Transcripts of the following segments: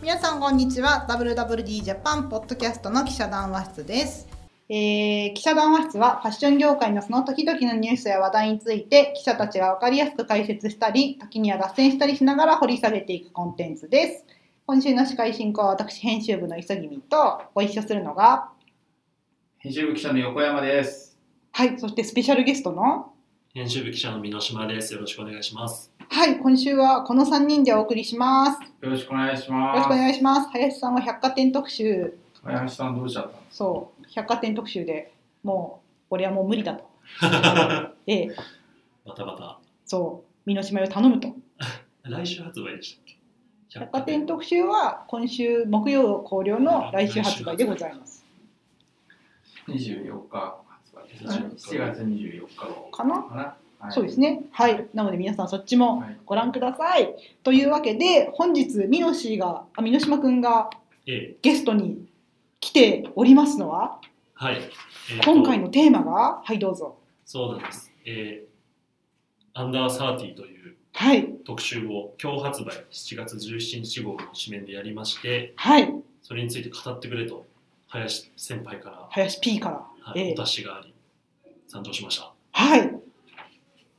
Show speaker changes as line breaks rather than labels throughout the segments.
皆さんこんにちは WWD ジャパンポッドキャストの記者談話室です、えー記者談話室はファッション業界のその時々のニュースや話題について記者たちが分かりやすく解説したり時には脱線したりしながら掘り下げていくコンテンツです今週の司会進行は私編集部の磯君とご一緒するのが
編集部記者の横山です。
はいそしてスペシャルゲストの
編集部記者の箕島です。よろしくお願いします。
はい今週はこの3人でお送りしますよ
よろしくお願いし
ろ
ま
し
す。
くお願いします林さんは百貨店特集
林さんどうしちゃったんです
そう百貨店特集でもう俺はもう無理だとで
バタバ
そう身の締めを頼むと
タ。来週発売でしたっけ
百貨店特集は今週木曜考慮の来週発売でございます
か ?24 日発売ですね。
はい
7月24日頃
かな
かな。はい
そうですねはいなので皆さんそっちも
はい
ご覧くださいというわけで本日ミノシーがあミノシマくんが
ええ。
ゲストに来ておりますのは
はい。えーと
今回のテーマがはいどうぞ
そうなんです。えー、アンダーサーティという
はい
特集を今日発売、7月17日号の紙面でやりまして、
はい
それについて語ってくれと、林先輩か
林 P から
ら、はい
ええ
お達しがあり、参上しました。
はい。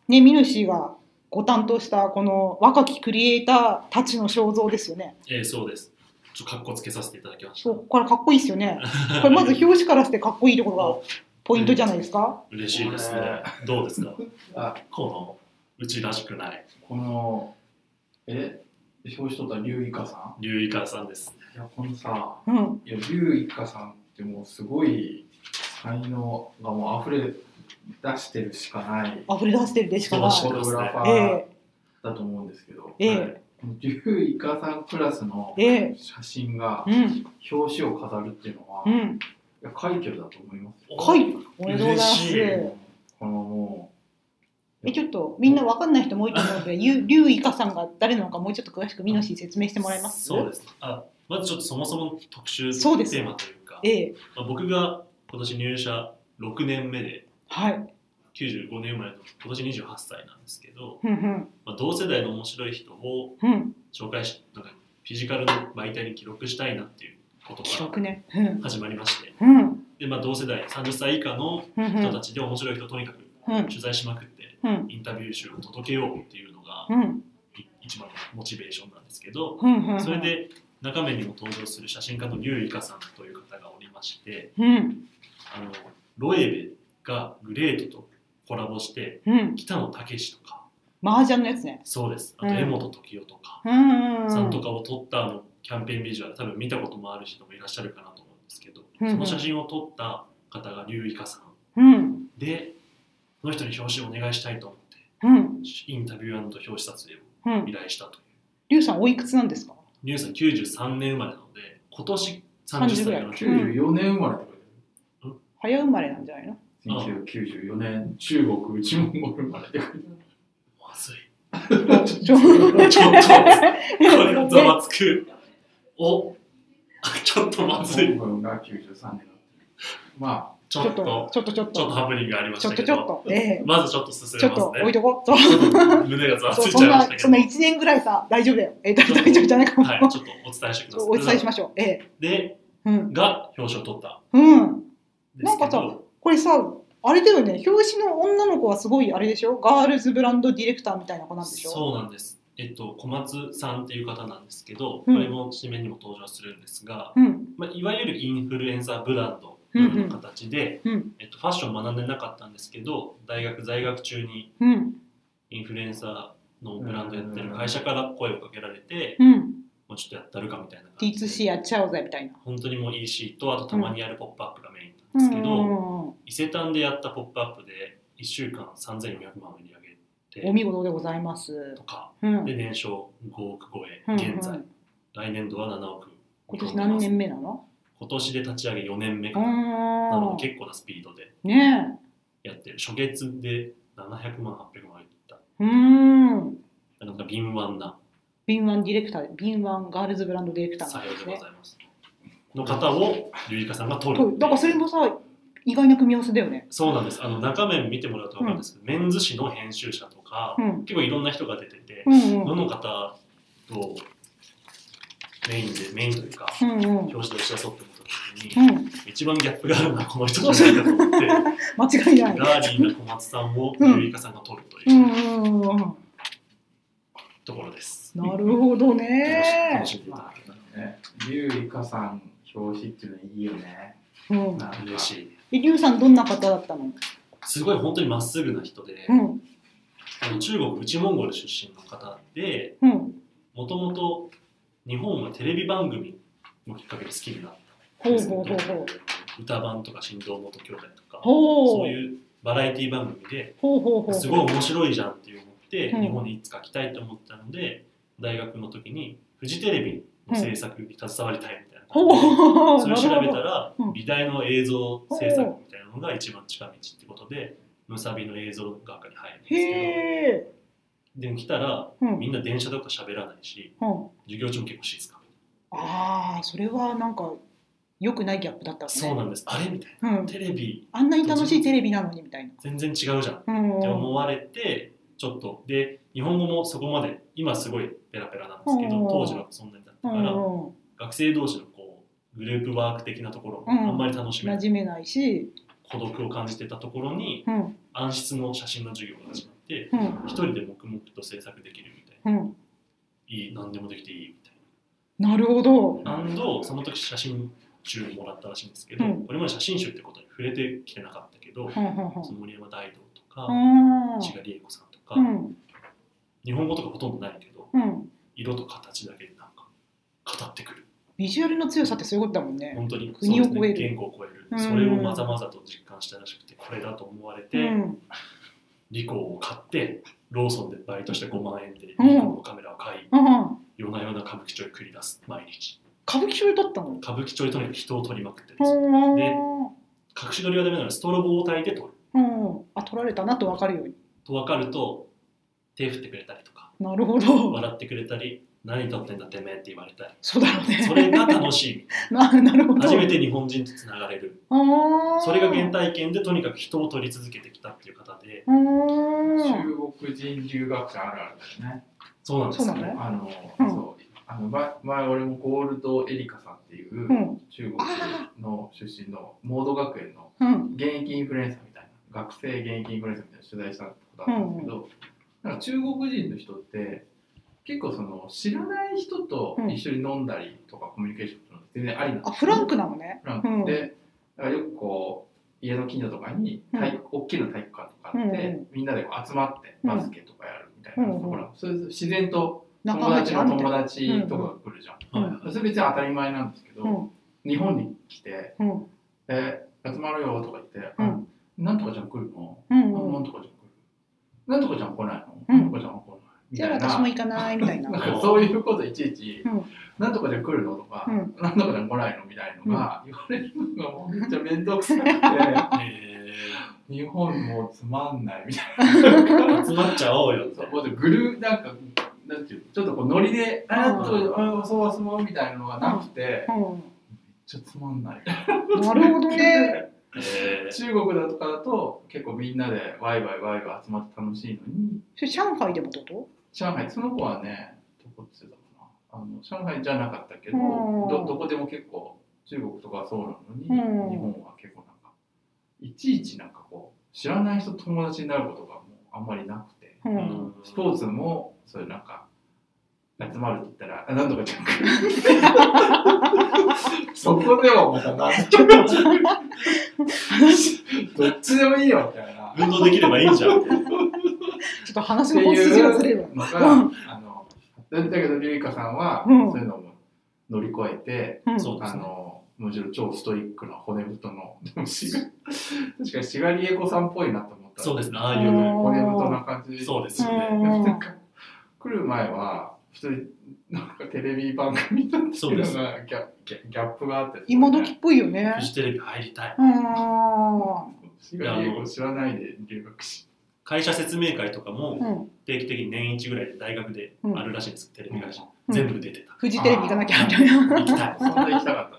ね、ミヌシーがご担当したこの若きクリエイターたちの肖像ですよね。
ええ、そうです。ちょっと格好つけさせていただきまし
そう、これかっこいいですよね。これまず表紙からしてかっこいいところがポイントじゃないですか。
た。嬉しいですね。どうですか
あ、
この、うちらしくない、
この、え、表紙取った龍一家さ
竜イカさんです。
んいや、このさ、
うん。
いや、龍一家さんってもうすごい才能がもう溢れ出してるしかない。
溢れ出してるでしかな
出して
フ
い。
ォトグラファ
え
ーだと思うんですけど、
ええ
はい
龍一家さんクラスの
ええ
写真が
えうん。
表紙を飾るっていうのは、
う
い
ん。
や快挙だと思いますよ。
かい。おめでとうございま
嬉
す
しい。
え、
このも
ちょっとみんなわかんない人も多いと思うので、ゆリュウイカさんが誰なのかもうちょっと詳しくミノシー説明してもらえます
そうですあまずちょっとそもそも特集テ
そうです
ーマというか
ええ
まあ、僕が今年入社6年目で
はい。
95年生まれの今年28歳なんですけど、
ふんふん。
まあ、同世代の面白い人を
うん。
紹介しなんかフィジカルの媒体に記録したいなっていうこと
記
が
録ね。うん。
始まりまして
うん。
で、まあ、同世代30歳以下の
ふんふ
人
ん
た。ちで面白い人をとにかく
うん。
取材しまくって
うん。
インタビュー集を届けようっていうのが
うん。
い一番のモチベーションなんですけど、
うんうんうん
それ、で中目にも登場する写真家のリュウイカさんという方がおりまして
うん
あのロエベがグレートとコラボして
うん、
北野武とか
麻雀のやつね。
そうですあ
う
と
ん
江本時生とか、
うんうん
さんとかを撮ったあのキャンペーンビジュアル多分見たこともある人もいらっしゃるかなと思うんですけど、
うんうん
その写真を撮った方がリュウイカさん
うん
でこの人に表紙をお願いしたいと思って
うん
インタビュー表紙撮影を
うん
依。頼したという
リュウさんおいくつなんですか？
リュウさん93年生まれなので今年30
30ぐらい
歳
う
の
うん
94年生まれとか
早生まれなんじゃないの？
で、1994年中国内モンゴル生まれとか
まずい
ちょ
ちょっとこれはざ
え
わつく。おちょっとまずい。
本文が93年だった。まあ、
ちょっ
ちょ
と、
っとちょっ
ちょっと
と
ハプニングがありま
ち
し
ょった
け
と
ど、
ちょっとええ
まずちょっと進
ちょ
め
っ
ま
と
す
置い
ね。
とこう。
ちょっと胸がざわつ
そう
い
そ
ち
ん
ゃいまし
な
たけ
そ
ど
んな、一年ぐらいさ大丈夫だよ。え大丈夫じゃないかも。
はい、ちょっとお伝えしてください。
お伝えしましょう。ええ
で、
うん
が表彰を取った
うん。
んですけ
なんかさ
ど、
これさあれだよね。表紙の女の子はすごいあれでしょ？ガールズブランドディレクターみたいな子なんでしょ？
そうなんです。えっと、小松さんっていう方なんですけど、
うん
これも紙面にも登場するんですが、
うん
まあ、いわゆるインフルエンサーブランドのような形で、
うん
えっと、ファッションを学んでなかったんですけど、大学在学中に
うん
インフルエンサーのブランドやってる会社から声をかけられて、
うん。
もうちょっとやったるかみたいな感じで
D2C やっちゃおうぜみたいな。
本当にもう EC とあとたまにやる「ポップアップがメインなんですけど、
うん
伊勢丹でやった「ポップアップで1週間3400万売り上
お
げて
見事でございます
と。か
うん、
で年商5億超え
うん
現在、
うん
来年度は7億
今年何年目なの
今年で立ち上げ4年目
う
かな,、な
ー
の
ん
で結構なスピードで
ね
やってる初月で700万800万いった
え。うーん。
なんか敏腕な
敏腕ディレクター、敏腕ガールズブランドディレクターな
採
んで
用ですご
ね。
ざいます、の方をゆいかさんが取
そ
る
うなんかそれもさ、意外な組み合わせだよね。
そうなんです。あの中面見てもらうと分かるんですけど、メンズ誌の編集者とか、
うん。
結構いろんな人が出てて、
うんう
ど
ん。
の方とメインで、メインというか、
うんうん。
表紙としてはそうって思った
う
時に、
ん、
一番ギャップがあるのはこの人じゃないかと思って、
間違 いない。
ガーリーな小松さんを
うん
ゆいかさんが取ると
う
いうん
うんうんうん。
ところです。
なるほどね
楽。しんでいただけたら
ね、ゆういかさん表紙っていうのいいよね。
うん。
なんか
嬉しい。
え、りゅうさんどんな方だったの？
すごい本当にまっすぐな人で、
うん
あの中国内モンゴル出身の方で、
うん。
もともと日本はテレビ番組のきっかけで好きになった
ほ
ん
う
ですけ
ほうほ
ど
うほう。
歌番とか新堂元兄弟とか
ほう
そういうバラエティ番組で
ほうほうほう。
すごい面白いじゃんって思って
うん
日本にいつか来たいと思ったので大学の時にフジテレビの制作に携わりたいみたいな
ほう
感
ほう。
じで
なる
それを調べ
ほ
た
ど。
ら
うん
美大の映像制作みたいなのが一番近道ってことでむさびの映像学科に入るんです
へえ。
けどでも来たら
うん。
みんな電車とか喋らないし
うん。
授業中も結構静か
ああ、それはなんか良くないギャップだったわね。
そうなんですあれみたいな
うん。
テレビ
あんなに楽しいテレビなのにみたいな。
全然違うじゃんっ
うん。
て思われてちょっとで日本語もそこまで今すごいペラペラなんですけ
うん
ど当時はそんなにだった
う
か
ん
ら
うん。
学生同士のこうグループワーク的なところ
う
あ
ん
んまり楽しめ
馴
ない
染めないし。
孤独を感じてたところに
うん
暗室の写真の授業が始まって
うん
一人で黙々と制作できるみたいな
うん。
いい何でもできていいみたいな。
なるほど。
アンドその時写真集もらったらしいんですけど、
うん
これまで写真集ってことに触れてきてなかったけど、
うんうん
その森山大道とか、
うん。
志賀理恵子さんとか、
うん。
日本語とかほとんどないけど
うん。
色と形だけでなんか語ってくる
ビジュアルの強さってそういうことだもんね。
本当に
国を
そうですね
超える
言語を超える、
うん
それをまざまざと実感したらしくてこれだと思われ
う
て、
ん。
リコを買ってローソンでバイトして5万円でリ
う
コ
ん
のカメラを買い、
うん。
夜な夜な歌舞伎町へ繰り出す毎日
歌舞伎町だったの。
歌舞伎町でとにかく人を撮りまくってるんですよ
うん。
で隠し撮りはダメなのでストロボを焚いて撮る
うん。あ、取られたなとわかるように。
と分かると手振ってくれたりとか
なるほど。
笑ってくれたり何撮ってんだてめえって言われたり
そうだろうね。
それが楽しい
ななるほど。
初めて日本人とつながれる
あー。
それが原体験でとにかく人を撮り続けてきたっていう方で
うーん。
中国人留学生あるあるだよね。
そうなんです
そ
よ
うなの
ね
あの、
うん。
そう、あの、前、前俺もゴールドエリカさんっていううん中国の出身のモード学園の
うん。
現役インフルエンサーみたいな、学生現役インフルエンサーみたいな取材したことあるんですけど、なんか中国人の人って、結構その知らない人と一緒に飲んだりとかコミュニケーションするの全然ありなんです
あ、
よ
フランクなのね。
フラン
うん
クで、だからよくこう家の近所とかに体育、大きな体育館とかあって、
うんう
みんなでこう集まって
うん
バスケとかやるみたいな、
うんうん
ほらそれ自然と
仲
友
間
達
じ
の
ゃんみたい
友
な。
達とかが来るじゃん、
うん
はい
それ別に当たり前なんですけど、
うん。
日本に来て
うん。
「え集まるよ」とか言って
う
あ
ん。
「なんとかちゃん来るの?
う
あ」
ん。う
なん
ん。
とかちゃん来る?」「なんとかちゃん来ないの?」
うん
なんとかちゃんは来ない」み
じゃ
た
あ
いな
私も行かないみたいな。
なん
う
か そういうこといちいち
うん
「なんとかちゃん来るの?」とか「
ん。
なんとかちゃん来ないの?」みたいのが言われるのがもうめっちゃ面倒くさ くて。
え
日本もつまんないみたい
ー集まっちゃおうよって
な、もうグルーなんかなんていうのちょっとこうノリで「あーっとあーそうはそうはみたいなのがなくて、めっ
う
ちゃつまんない
ん。なるほどね。
えー
中国だとかだと結構みんなでワイワイワイワイ集まって楽しいのに
それ上海でもってこと
上海その子はねどこっつうだかなあの上海じゃなかったけど
うん
どどこでも結構中国とかはそうなのに、
うん
日本は結構なんかいちいちなんかこう知らない人と友達になることがもうあんまりなくて。
う。
うんん
スポーツもそういうなんか集まるって言ったら「あなんとかちゃん か」そこではまた なんとかちゃんかどっちでもいいよみたいな
運動できればいいじゃんって
ちょっと話の本筋がずれるわ。
の
う
があのだけどゆいかさんは
うん
そういうのも乗り越えて、
うん。
そうで
あ
すね
のもちろん超ストイックな骨太のでもしが 確かに志賀理恵子さんっぽいなと思った
そうですねああい
よ
う
ね骨太な感じ
そうですよね
なんか来る前は普通になんかテレビ番組だっていうのがギャギャギャップがあって
今時っぽいよね
フ。ジテレビ入りたい
うん。うん。
知らない知らないで留学し
会社説明会とかも定期的に年一ぐらいで大学であるらしいんですテレビ会社
うん
全部出てた
フジテレビ行かなきゃみたい
行き
な。
た い
そんな行きたかっ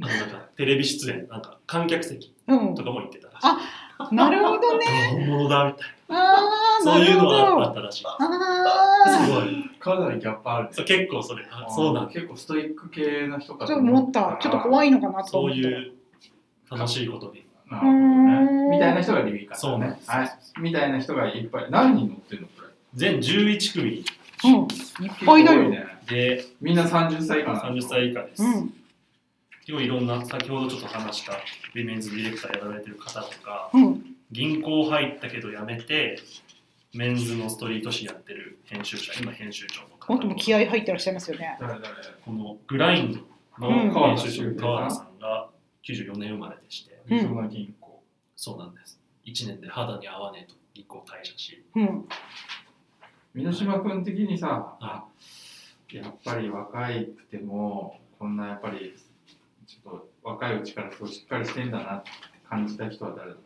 なんかテレビ出演なんか観客席
うん
と。かも行ってたらしい
あなるほどね。
本物だみたい
あ
な
あ、
そう
ないる
うの
ほ
はあ
ど。
ったらしい
あ
すごい
かなりギャップあるね
そう結構それあそうなんだ
結構ストイック系な人
あ、
か
ちょっと思った。ちょっと怖
い
いのかなと
そ
思
う
った。
いう楽しいことに
なるほどね
うん
みたいな人がリミカ
そうなんです
はいみたいな人がいっぱい何人乗ってるのこれ
全11組
うん、いっぱいだ
結構
よ。
ね
で
みんな30歳以下なの
30歳以下です、
うん、
結構いろんな先ほどちょっと話したウィメンズディレクターやられてる方とか
うん、
銀行入ったけど辞めてメンズのストリート誌やってる編集者今編集長の
も
方
っとも気合入ってらっしゃいますよね。
誰誰
このグラインドの
うん
編集長川田さんが94年生まれでして
うん
理想な銀行
そうなんです1年で肌に合わねえと銀行退社し
うん、
箕島君的にさ
あ
やっぱり若いくてもこんなやっぱりちょっと若いうちからすごいしっかりしてんだなって感じた人は誰だ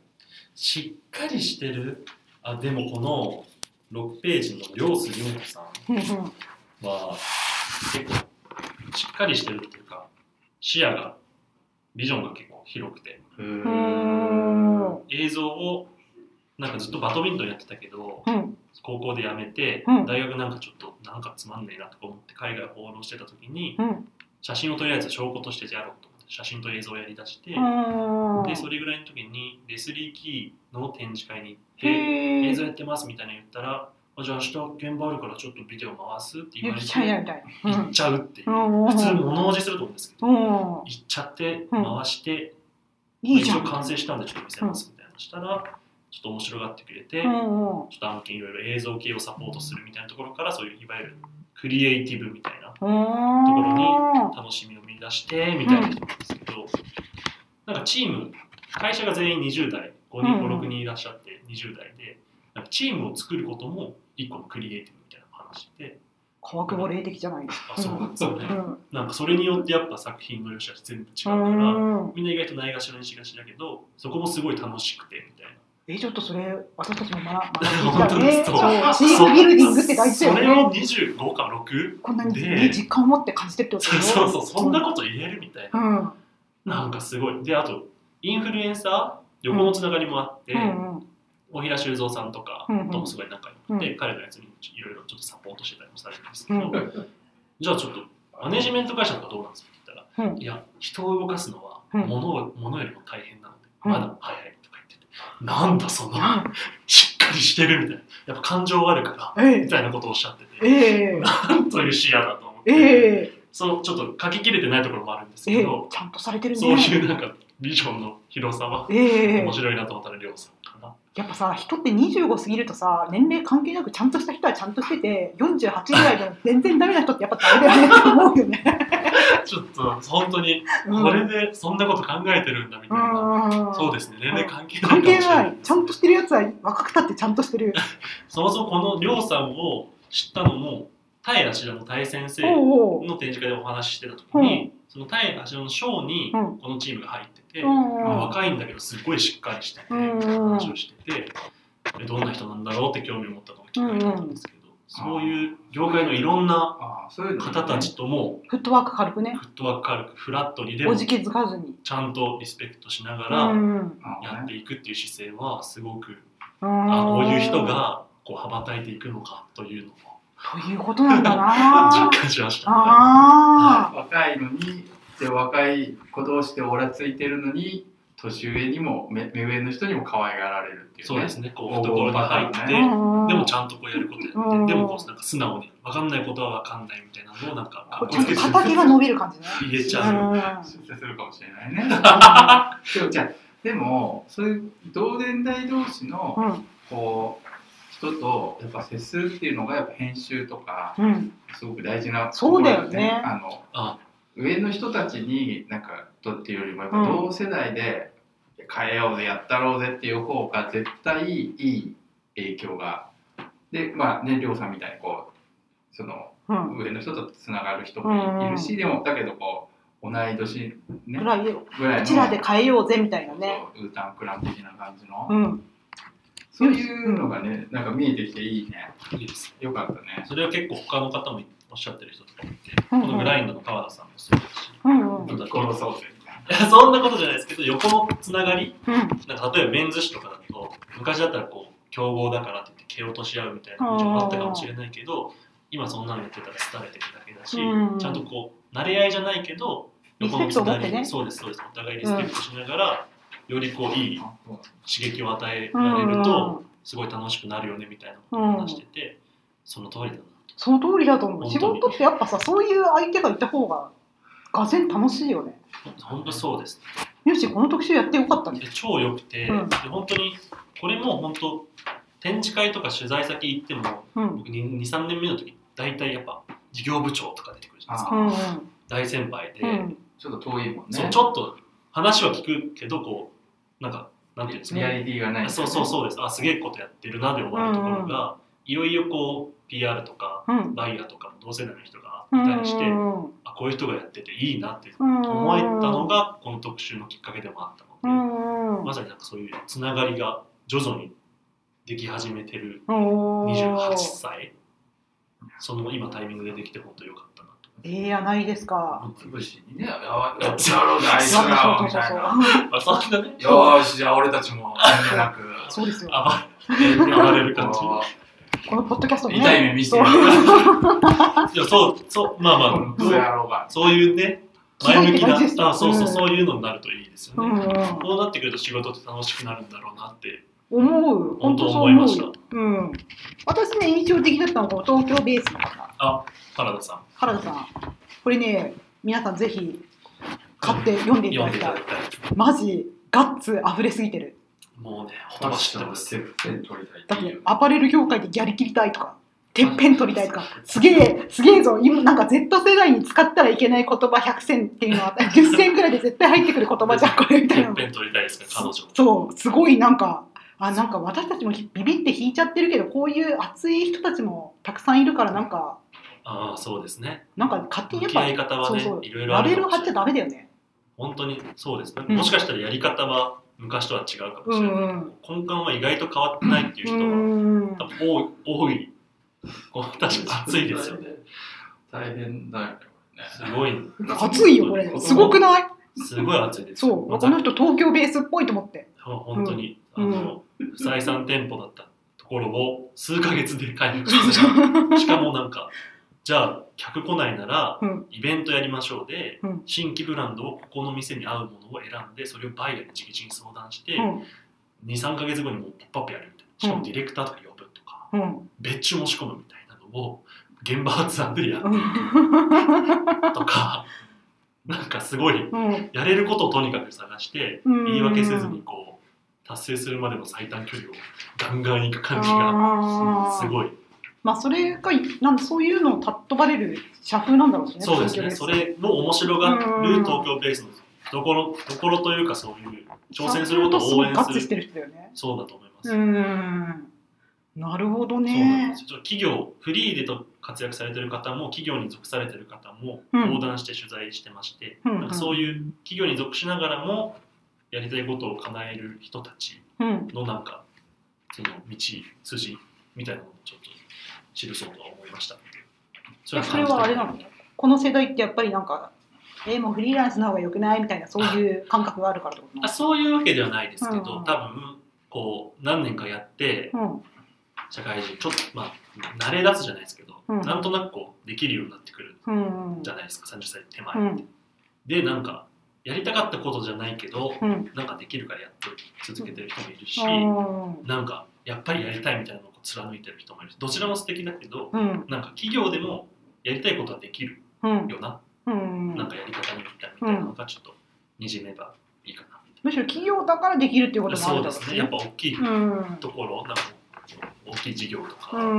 しっかりしてるあでもこの6ページの両須優子さん
うん、うん。
は結構しっかりしてるっていうか視野がビジョンが結構広くて
うー ん
映像をなんかずっとバドミントンやってたけど
うん、
高校で辞めて、
うん
大学なんかちょっとなんかつまんねえなとか思って海外放浪してた時に
うん、
写真をとりあえず証拠としてやろうと思って写真と映像をやりだして、
うん。
でそれぐらいの時にレスリー・キーの展示会
へ
に行って
え。
映像
め
やってますみたいなの言ったらあじゃあ明日現場あるからちょっとビデオ回すって言われ
っちゃや
て
りたい。う
行っ
ん、
ちゃうっていうう、
ん、
普通物おじすると思うんですけど、
うん、
行っちゃって
うん
回して、
いいじ
一
ゃ
応
ん。
完成したんでちょっと見せますみたいなのしたらちょっと面白がってくれて、
う
ちょ
ん、うん
っと案件いろいろ映像系をサポートするみたいなところからそういういわゆるクリエイティブみたいな
うん、
楽しみを見出してみたいな人なんですけど、なんかチーム会社が全員20代5人
うん
56人いらっしゃって20代でなんかチームを作ることも一個のクリエイティブみたいな話で
川久保霊的じゃないです
あそうそうね
か。うん、
なんかそれによってやっぱ作品の良し悪し全部違うから。
うん。
みんな意外とないがしろにしがちだけどそこもすごい楽しくてみたいな
え、ちょっとそれ、私たちも学
本
学
当
び
です
た
そう
ね。そう、チームビルディングって大事だ
それ
よ
を
ね。
25か 6?
こんなに、
で
ね、実感を持って感じてるってこと
そう
ね
そうそうそんなこと言えるみたいな、
うん。
なんかすごいであとインフルエンサー横のつながりもあって、
うんうん
大平修造さんとか
うんうん
ともすごい仲良くて、
う
彼のやつにいろいろちょっとサポートしてたりもされるんですけ
う
ど、
ん
じゃあちょっとマネジメント会社とかどうなんですかって言ったら、
うん
いや人を動かすのは
うん
物を、物よりも大変なので、
うん
まだ早いとか言っててなんだその
あ
しっかりしてるみたいなやっぱ感情あるから
え
みたいなことをおっしゃって
え、
て
ええ、
なんという視野だと思って、
え え、
そのちょっと書ききれてないところもあるんです
え
け
え
ど、
ちゃんとされてるね。
そういうなんかビジョンの広さは
ええ
面、白いなと思ったらりょうさんかな、
やっぱさ人って25過ぎるとさ年齢関係なくちゃんとした人はちゃんとしてて48ぐらいでも全然ダメな人ってやっぱダメだよねって思うよね。
ちょっと本当に
うん
これでそんなこと考えてるんだみたいな、
うん
そうですね年齢関係ないか
関
もしれ
係
な
ないいちゃんとしてるやつは若くたってちゃんとしてる。
そもそもこのりょうさんを知ったのも平良志田の大先生
おうおう
の展示会でお話ししてた時に、その平良志田のショーに
うん
このチームが入ってて、
うんうん
若いんだけどすっごいしっかりしてて、
うん
話をしててえどんな人なんだろうって興味を持ったのがきっかけだったんですけど、そういう業界のいろんな
ああそういうのね
方たちとも
フットワーク軽くね
フットワーク軽くフラットにで
お
も
じ
ち
けづかずに。
ゃんとリスペクトしなが
う
ら
ん
ああ
やっ
ね
ていくっていう姿勢はすごく、あ
あ
こういう人がこう羽ばたいていくのかというのを
ということなんだな
実。感しましたね、
あ
若いのにで若い子同士でオラついてるのに年上にも目目上の人にも可愛がられるっていうね
そうですねこう懐に入って、
あ。
で
うん
でもちゃんとこうやることやって、
うん
でもこうなんか素直に分かんないことは分かんないみたいなのをなんかかっこ
ちゃん
つ
と
けて
片手が伸びる感じね。
言 えち
う
ゃう。
ん
出世するかもしれないねでもじゃあでもそういう同年代同士の
うん
こう人とやっぱ接するっていうのがやっぱ編集とか
うん
すごく大事なとこ
そう
ろ
だよね
あの
あ
上の人たちになんかとっていうよりもやっ
う
ぱ
ん
同世代で変えようぜやったろうぜっていう方が絶対いい影響がでまあねりょうさんみたいにこうその
うん
上の人とつながる人もいるし、でもだけどこう同い年、ね、
ぐらいよ
ぐらいの
うちらで変えようぜみたいなね。
そうウータンクラン的な感じの、
うん。
そういうのがねなんか見えてきていいね
いいです
よかったね
それは結構他の方もおっしゃってる人とかもいて、
うんうん
このグラインドの川田さんもそうですし、
うんうん
う。ん
ぶっ殺そうぜみたいな
いやそんなことじゃないですけど横のつながり
うん
なんか例えばメンズ誌とかだと昔だったらこう競合だからって言って蹴落とし合うみたいな風潮があったかもしれないけど今そんなのやってたら廃れてるだけだし、
うん
ちゃんとこう慣れ合いじゃないけど
リスペクトを持ってね
そうですそうですお互いリスペクトしながら、よりこういい
あそうなんだ
刺激を与え
う
られる
ん
とすごい楽しくなるよねみたいなことを話してて、その通りだなと
その通りだと思う
本
仕
当に
事ってやっぱさそういう相手がいた方ががぜん楽しいよね
本当そうです
よしこの特集やってよかったね
で超良くて、
うん
で本当にこれも本当展示会とか取材先行っても
うん
僕23年目の時大体やっぱ事業部長とか出てくるじゃないです
う
か
んうん
大先輩で、
うん
ちょっと遠いもんね
そうちょっと話は聞くけどこうなんかなんていうんですか
リアリティがない
あそうそうそうですあすげえことやってるなで思われるところが、いよいよこう PR とか
うん
バイヤーとかも同世代の人が
うん
いたりして、
うん
あこういう人がやってていいなって
うん
思えたのがこの特集のきっかけでもあったの
う
で、
んうん
まさになんかそういうつながりが徐々にでき始めてる
お
28
ー
歳その今タイミングでできて本当良かったなと
ええやないですか
つぶしにねやわやっちゃろうぜあいつら
そう
み
そう
たい
そう
な
あそんなね
よーしじゃあ俺たちも遠慮なく
そうですよ
あま暴れる感じ
こ
このポッドキャスト
う
も
痛い
ね
目見せてや
そ
いやそうそうまあまあ
どうやろうが
そういうね
機
前
会っ
向
て
きな
大事ですよ
あそうそう
うん
そういうのになるといいですよ
う
ね、
んうん
こうなってくると仕事って楽しくなるんだろうなって
思う
本当
そう
思いました
ようん私ね印象的だったのが東京ベースの方
原田さん
原田さんこれね皆さんぜひ買って読んでいた
読
だ
んで
き
い
た
た
い
だきたい
マジガッツ溢れすぎてる
もうねほ
ファ
と
ッ
ば
シ
しっ
ョ
て
ンの
ま
接
す
点取りたい
だっ
ってい
て
う
アパレル業界でやりきりたいとかてっぺん取りたいとかすげえすげえぞ今なんか Z 世代に使ったらいけない言葉100選っていうのは10選ぐ らいで絶対入ってくる言葉じゃんこれみた
て
い
っ
な
ぺん取りたいですね彼女も
そうすごいなんかあなんか私たちもひビビって引いちゃってるけどこういう熱い人たちもたくさんいるからなんか
ああそうですね
なんか勝手に
向
やっ
き合い
ぱ
方はね
そうそう
いろいろあ
ラベ
る
ル
か
を
も
貼っ
し
ちゃ
れな
ダ
い
メだよね
本当にそうですね、
うん
もしかしたらやり方は昔とは違うかも
う
しれない、
んうん
根幹は意外と変わってないっていう
う
人が、
ん
多分多い多いこう確かに熱いですよね
大変だよね
すごい
熱いよこれ
本当に
すごくない
すごい熱いです
そう、
ま
こ
た
の人東京ベースっぽいと思って。
本当に、
うん
あの不採算店舗だったところを数ヶ月で回 復させたしかもなんかじゃあ客来ないなら
うん
イベントやりましょうで、
うん
新規ブランドをここの店に合うものを選んでそれをバイヤーに直々に相談して、
うん、
23か月後にもうポップアップやるみたいなしかもディレクターとか呼ぶとか
うん、
別注申し込むみたいなのを現場発案でやる とかなんかすごい
うん、
やれることをとにかく探して
うん
言い訳せずにこう達成するまでの最短距離をガンガンいく感じが
が
す
い。
ごい
まあ、それが、なんそういうのをたっ飛ばれる社風なんだろうしね。
そうですねそ
東京ベース。
れの面白がる
うん
東京ベースのところところというかそういう挑戦することを応
社風とすごい
援
ガ
す
ッツし
る
てる人だよね。
そうだと思います、
うーん。なるほど
そうなんで
ね
す。よちょっと企業フリーでと活躍されてる方も企業に属されてる方も
うん
横断して取材してまして、
うんうん
なんかそういう企業に属しながらもやりたいことを叶える人たち
うん。
のなんかその道筋みたいなのをちょっと知るそうとは思いましたそ
えそれはあれなのこの世代ってやっぱりなんか、え、もうフリーランスの方が良くないみたいな、そういう感覚があるからってこと
あ
な
そういうわけではないですけど、
うん
多分こう何年かやって
の
社会人ちょっとまあ慣れ出すじゃないですけど、
うん
なんとなくこうできるようになってくる
うん。うん。
じゃないですか30歳手前、
うん。
でなんかやりたかったことじゃないけど
うん。
なんかできるからやって続けてる人もいるし、
う
なんかやっぱりやりたいみたいなのを貫いてる人もいるしどちらも素敵だけど
ん。
なんか企業でもやりたいことはできる
うん。
よな、
うん。
なんかやり方によってはみたいなのがちょっとにじめばいいかなみたい
むしろ企業だからできるっていうこ
な、
ともある
そう
だ
で
ろう
す
し
ねやっぱ大きい
うん
ところ、なんか大きい事業とか、
う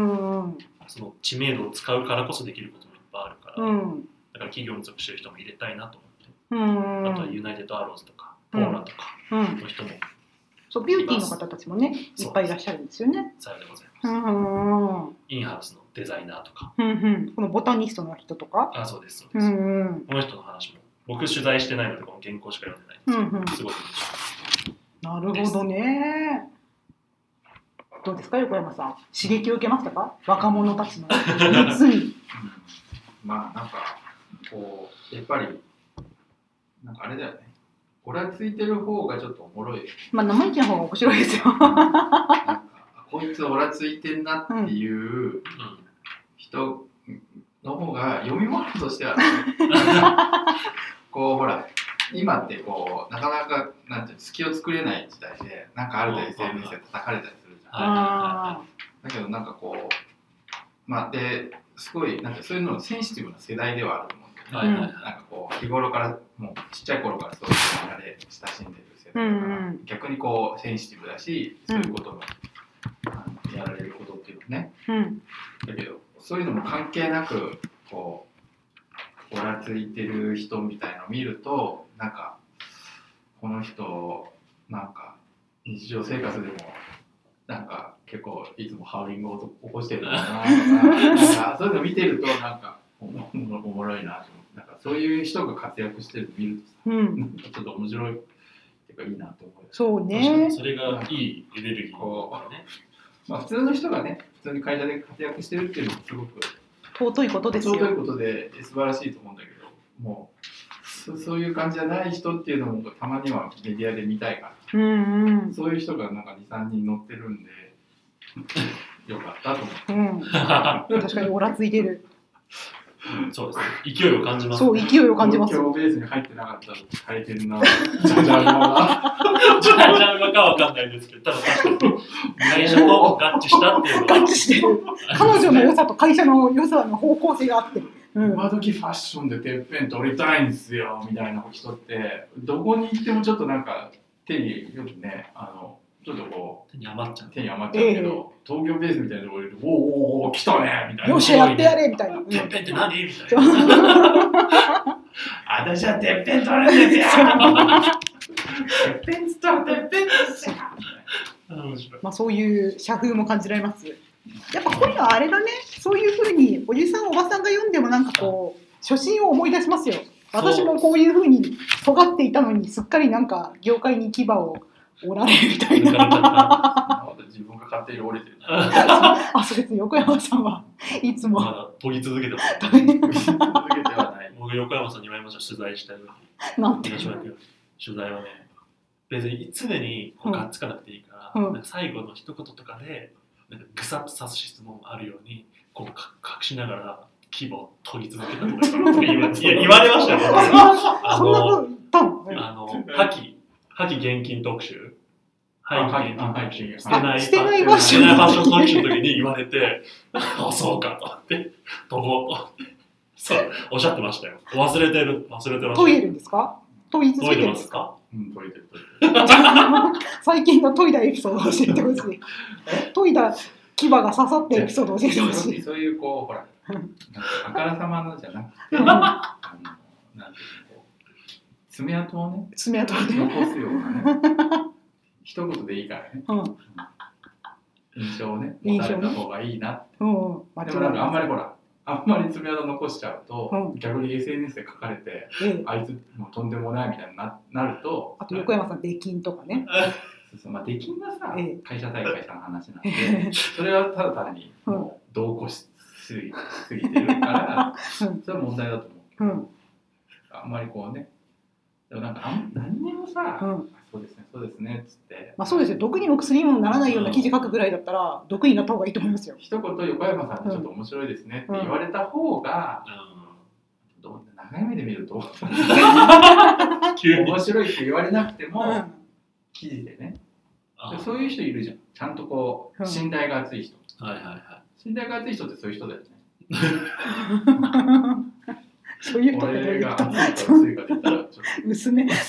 ん
その知名度を使うからこそできることもいっぱいあるから、
う
だ
ん
から企業に属してる人も入れたいなと思って、
うん
あとはユナイテッドアローズとかポーラとか
うん
の人も
そうビューティーの方たちもねいっぱいいらっしゃるんですよね
さようでございます、
うんうん
インハウスのデザイナーとか
うんこのボタニストの人とか
あそうですそう
う
です、
んうん
この人の話も僕取材してないのでこの原稿しか読んでないん
う
で
んうん
すけど、すごく面白い
なるほどねどうですか横山さん刺激を受けましたか若者たちの熱意
うんまあなんかこうやっぱりなんかあれだよねごらついてる方がちょっとおもろい。
まあ生意気の方が面白いですよ。
なんか、こいつおらついてんなっていう人の方が読み物としては、こう、ほら、今ってこう、なかなか、なんていうの隙を作れない時代で、なんかあるで SNS で叩かれたりするじゃん。
あ
だけどなんかこう、まあ、で、すごい、なんかそういうのセンシティブな世代ではあると思うんだけど、
はいはいは
な
い
んかこう日頃からもうちっちゃい頃からそういうので親しんでる世代だから、
うんうん
逆にこうセンシティブだしそういうことも、あのやられることっていうのね
ーうん
だけどそういうのも関係なくこうおらついてる人みたいのを見るとなんかこの人なんか日常生活でもなんか結構いつもハウリングを起こしてるんだなとかなんかそういうの見てるとなんかおもおもおもろいなと思ってなんかそういう人が活躍してるの見るとさ
うん
なんかちょっと面白いっていうかいいなと思う
そう
確か
ね
に。それがいいエネルギー
こ
だね。
う、まあ、普通の人がね普通に会社で活躍してるっていうのもすごく
尊いことです
そういう
よ。
ことで素晴らしいと思うんだけどもうそそういう感じじゃない人っていうのもたまにはメディアで見たいか
うんうん
らそういう人がなんか23人載ってるんで よかったと思って
うん。確かにおらついてる。
そうですね。勢いを感じます。
そう勢いを感じますよ。
東京ベースに入ってなかったら大変なじゃじゃ馬が
ジャンジャンかわかんないですけど、ただ確かに会社と合致したっていうの
合
は
致してる。 彼女の良さと会社の良さの方向性があってる。うん。
今時ファッションでてっぺん取りたいんですよみたいな人ってどこに行ってもちょっとなんか手によくねあのちょっとこう
手に余っちゃう。
手に余っちゃうけど、東京ベースみたいなところにいると、おーおーおー来たねみたいな。
よっしゃやってやれみたいな。うん
てっぺんって何みたい
そう
な。
私はてっぺん取るんですよてっぺんつったらてっぺんですよ
面白い。
まあそういう社風も感じられます。やっぱこういうのはあれだね。そういう風におじさんおばさんが読んでもなんかこう初心を思い出しますよ。私もこういう風に尖っていたのにすっかりなんか業界に牙を折られるみたい
抜
な。
かれちゃった
なんで自分が勝手に折れてる。
あ、そうです。横山さんはいつ
ま
も
だ研ぎ続けてます。
続けてはない。
僕、横山さんに言われました、取材したいのに。
なんて。
東村君、取材はね、別に常にこうがっつかなくていいから、
うん
なんか最後の一言とかで、なんかぐさっと刺す質問あるように、こうか隠しながら、規模を取り続けたとか言われいや 言われましたよ、僕あ
そんなこ
の、
と言ったの
あの、破棄、破棄現金特集。
はい
廃棄現金
はい
特集。捨てな
あ
い、
して
捨
ない場所
てない場所特集の時に言われて、 あ、そうかと思って、とこう、そう、おっしゃってましたよ。忘れてる、忘れてました。
研いでるんですか研い続
ど
け
うい
て
て
るん
ま
ですすか
か
うん、取れてる、取れてる。
最近の研いだエピソードを教えてほしい。研いだ牙が刺さったエピソードを教えてほしい。
そういうこう、ほら、なんかあからさまのじゃなくて、
うん
あの、なんていうのこう、爪痕をね、
爪痕で。
残すようなね、一言でいいからね、
うん。
印象をね、持たれた方がいいなって
うん。間違
で
い
もなんかあん
な
ま
い。
りほら、あんまり爪痕残しちゃうと、
うん
逆に SNS で書かれて、
ええ
あいつもうとんでもないみたいにななると、
あと横山さん、出禁とかね。
そうそうまあ、出禁がさ、
ええ
会社大会さんの話なんで、それはただ単に
うん
もう同行しすぎすぎてるか ら、
うん
それは問題だと思う。
うん。
あんまりこうね、でもなんかあん何にもさ、
うん。
そうですね、そうですねっつって、
まあそうですよ。毒にも薬にもならないような記事書くぐらいだったら、毒になった方がいいと思いますよ。
一言横山さんにちょっと面白いですねって言われた方が、どう長い目で見ると
うん急に
面白いって言われなくて
う
も、
ん。
記事でね
あ
そういう人いるじゃんちゃんとこ
う
うん信頼が厚い人、
はいはいは
信頼が厚い人ってそういう人だよね
そういう人ってどうい
俺
うこ
が
と
厚いか薄いかで言ったらちょっ
薄め。
と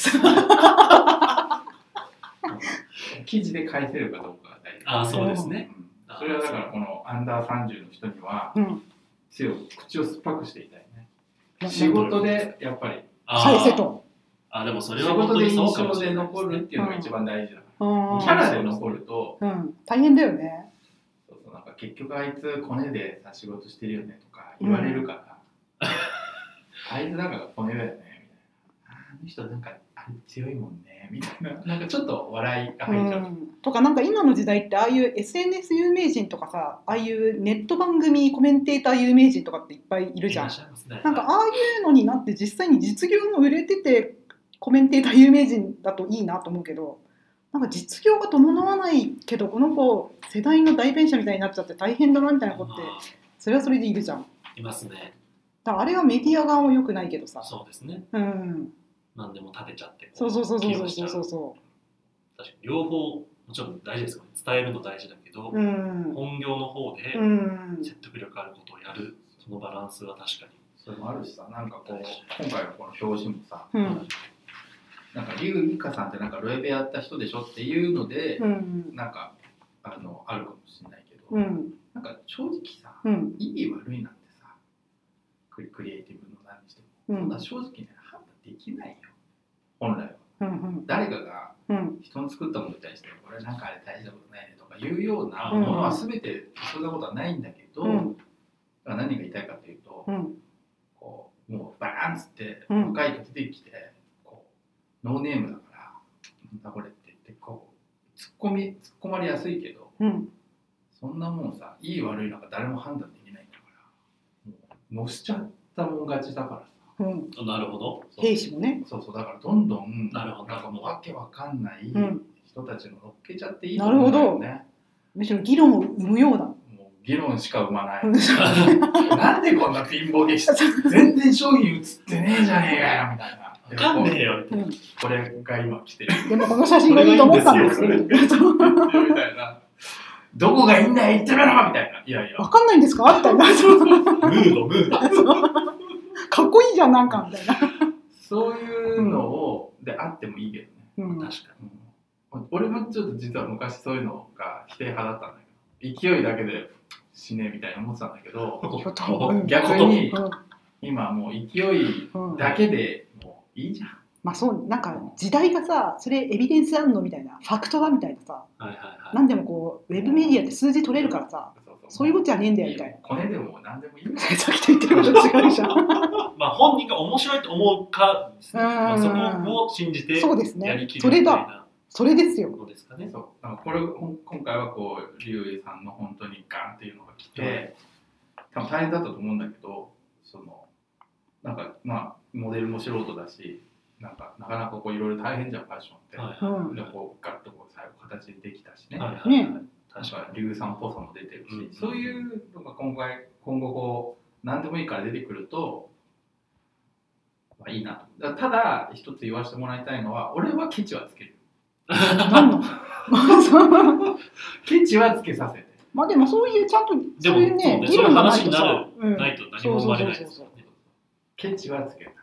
記事で返せるかどうかが大事
あそうですね、
うんそれはだからこのアンダー30の人には
うん。
強く口を酸っぱくしていたいね
な
仕事でやっぱり
あ
返せと。
あでもそ
仕
れは本
事
当
で
にそう
印
かも
象
しれ
で
ないで
残
すね
るっていうのが一番大事だか
う
ら
ん
キャラで残ると
うん。大変だよね。
そうそうなんか結局あいつコネでさ仕事してるよねとか言われるから、あいつなんかコネだよねみたいなあの人なんかあれ強いもんねみたいななんかちょっと笑いが入っちゃう、
うんとかなんか今の時代ってああいう SNS 有名人とかさああいうネット番組コメンテーター有名人とかっていっぱいいるじゃん
いらっしゃいますね
なんかああいうのになって実際に実業も売れててコメンテーター有名人だといいなと思うけどなんか実業が伴わないけどこの子世代の代弁者みたいになっちゃって大変だなみたいな子ってそれはそれでいるじゃん
いますね。
だからあれはメディア側も良くないけどさ
そうですね。
うん
何でも立てちゃって。
そうそうそうそう
起
そ
用
う
しち
そ
ゃ
うそうそ
確かに両方、もちろん大事ですよね。伝えるの大事だけど、
ううん
本業の方で
うん
説得力あることをやる、そのバランスは確かに
それもあるしさなんかこ
大事。
う今回のこの表紙もさ
うん
なんかリュウイカさんってなんかロエベやった人でしょっていうので、
うん
なんかあのあるかもしれないけど、
うん
なんか正直さ
うん
いい悪いなんてさクリクリエイティブの何にしても、
うんう
そん
ん
な正直ね判断できないよ本来は
うん
誰かが
うん
人の作ったものに対してこれなんかあれ大したことないねとかいうようなものは全てそんなことはないんだけど、
うん
だから何が言いたいかというと、
うん
こうもうバーンっつって
うん
若い子出てきて、こうノーネームだからなんだこれって言ってこう突っ込み突っ込まれやすいけど
うん
そんなもんさいい悪いなんか誰も判断できないんだからもう乗せちゃったもん勝ちだからさ
うん
あなるほど。
そう
兵士もね
そうそうだからどんどん
なるほど
んかもうわけわかんない
うん
人たちの乗っけちゃっていい
なるほど
と思うんだよね
むしろ議論を生むような
もう議論しか生まない
う
なんでこんな貧乏ゲし全然商品映ってねえじゃねえかよみたいな
わかんねえよみたい
ん
これが今来てる
でもこの写真がいいと思ったんですよ
みたいな。どこがいいんだい言ってみろみたいな。いやいや。
わかんないんですかみたいな
な。ムード、ムード。
かっこいいじゃんなんかみたいな、
そういうのを、であってもいいけどね。
うん、
確か
うん俺もちょっと実は昔そういうのが否定派だったんだけど、勢いだけで死ねえみたいな思ってたんだけど、
ちょっと
うん
逆に
うん
今もう勢い
うん
だけでもういいじゃん。
まあそうなんか時代がさそれエビデンスあんのみたいなファクトだみたいなさ
に。はいはいはい。
何でもこうウェブメディアって数字取れるからさ
そうそう
そういうことじゃねえんだよ
い
み
い
たいな
コネでも何でもいいよ。
さっきと言ってること違うじゃん
まあ本人が面白いと思うかですね。
うん
まあ、そこを信じて
そうです
やり
ね
きる
そ
みた
れ
い
だ
な
それですよ
ことですかね。
そうだからこれほん今回はこうリュウエイさんの本当にガンっていうのが来て、
はい
多分大変だったと思うんだけどそのなんかまあモデルも素人だしなんかなかなかこういろいろ大変じゃんファッションって、
はい
うん
はい
で
はい
こうガッとこう最後形にできたしね、
はいはいはい。
ね
確
確か
かにリュウエイさんっぽさも出てるし、
うん
そういうのが今回今後こう何でもいいから出てくると、まあ、いいなとだただ一つ言わせてもらいたいのは俺はケチはつける
何のまあそう
ケチはつけさせて。
まあでもそういうちゃんと
で
そ
も
ういうね
そうね
議論がないと
そういう
さ
話
うん
にないと何も生まれないですよね。
ケチはつけない。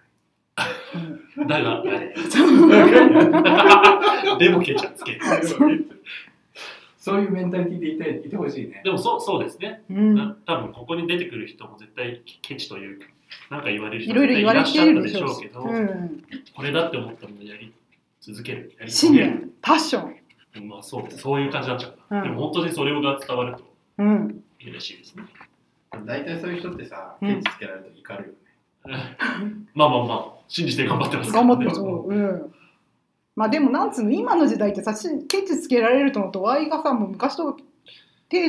うん
だが、 でもケチャつける。
そういうメンタリティでいていてほしいね。
でもそうそうですね。
うん
な多分ここに出てくる人も絶対ケチというか、なんか言われる
い
人
ろいろ言われ
絶
て
対いら
る
っ
で
し
し
ゃ
ょ
った
う
でしょ
し
うけど、
うん
これだって思ったものをやり続ける。やり続
信
ける
念パッション
まあそうですそういう感じになっちゃうか
う
ら、
ん
でも本当にそれが伝わると
うん
嬉しいですね。
大体そういう人ってさ、
うん
ケチつけられると怒るよね。
まあまあまあ、信じて頑張ってますから
頑
ね
張ってそううんまあでもなんつうの今の時代ってさしケチつけられると思うとワイがさもう昔と程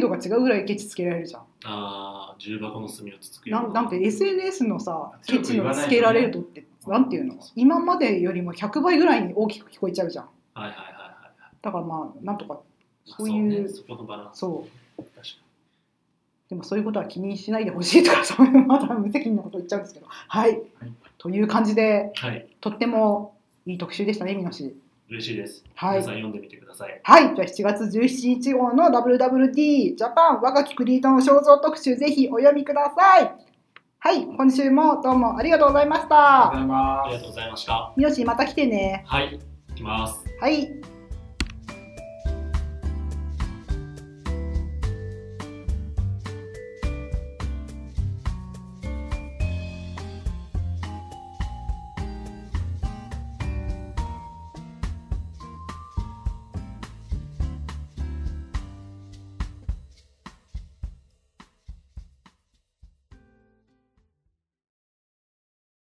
度が違うぐらいケチつけられるじゃん
ああ、重箱の隅をつつくよ
な
う。
んなんて SNS のさケ
強く
チ
言わ
の
ないとね
つけられるとってなんていうの今までよりも100倍ぐらいに大きく聞こえちゃうじゃん
はいはいはいはい。
だからまあなんとか
まあ
そういう
そうね、そこのバランス。
そう
確か
でもそういうことは気にしないでほしいとかそういうまだ無責任なこと言っちゃうんですけどはい、という感じで
に。はい、
とってもいい特集でしたねみのし
嬉しいです。
はい
皆さん読んでみてください。
はい。じゃあ7月17日号の WWD ジャパン若きクリエイターの肖像特集ぜひお読みください。はい。今週もどうもありがとうございまし
あ
た。
りがとうございます
ありがとうございました。
みよしまた来てね。
はい、行きます。
はい。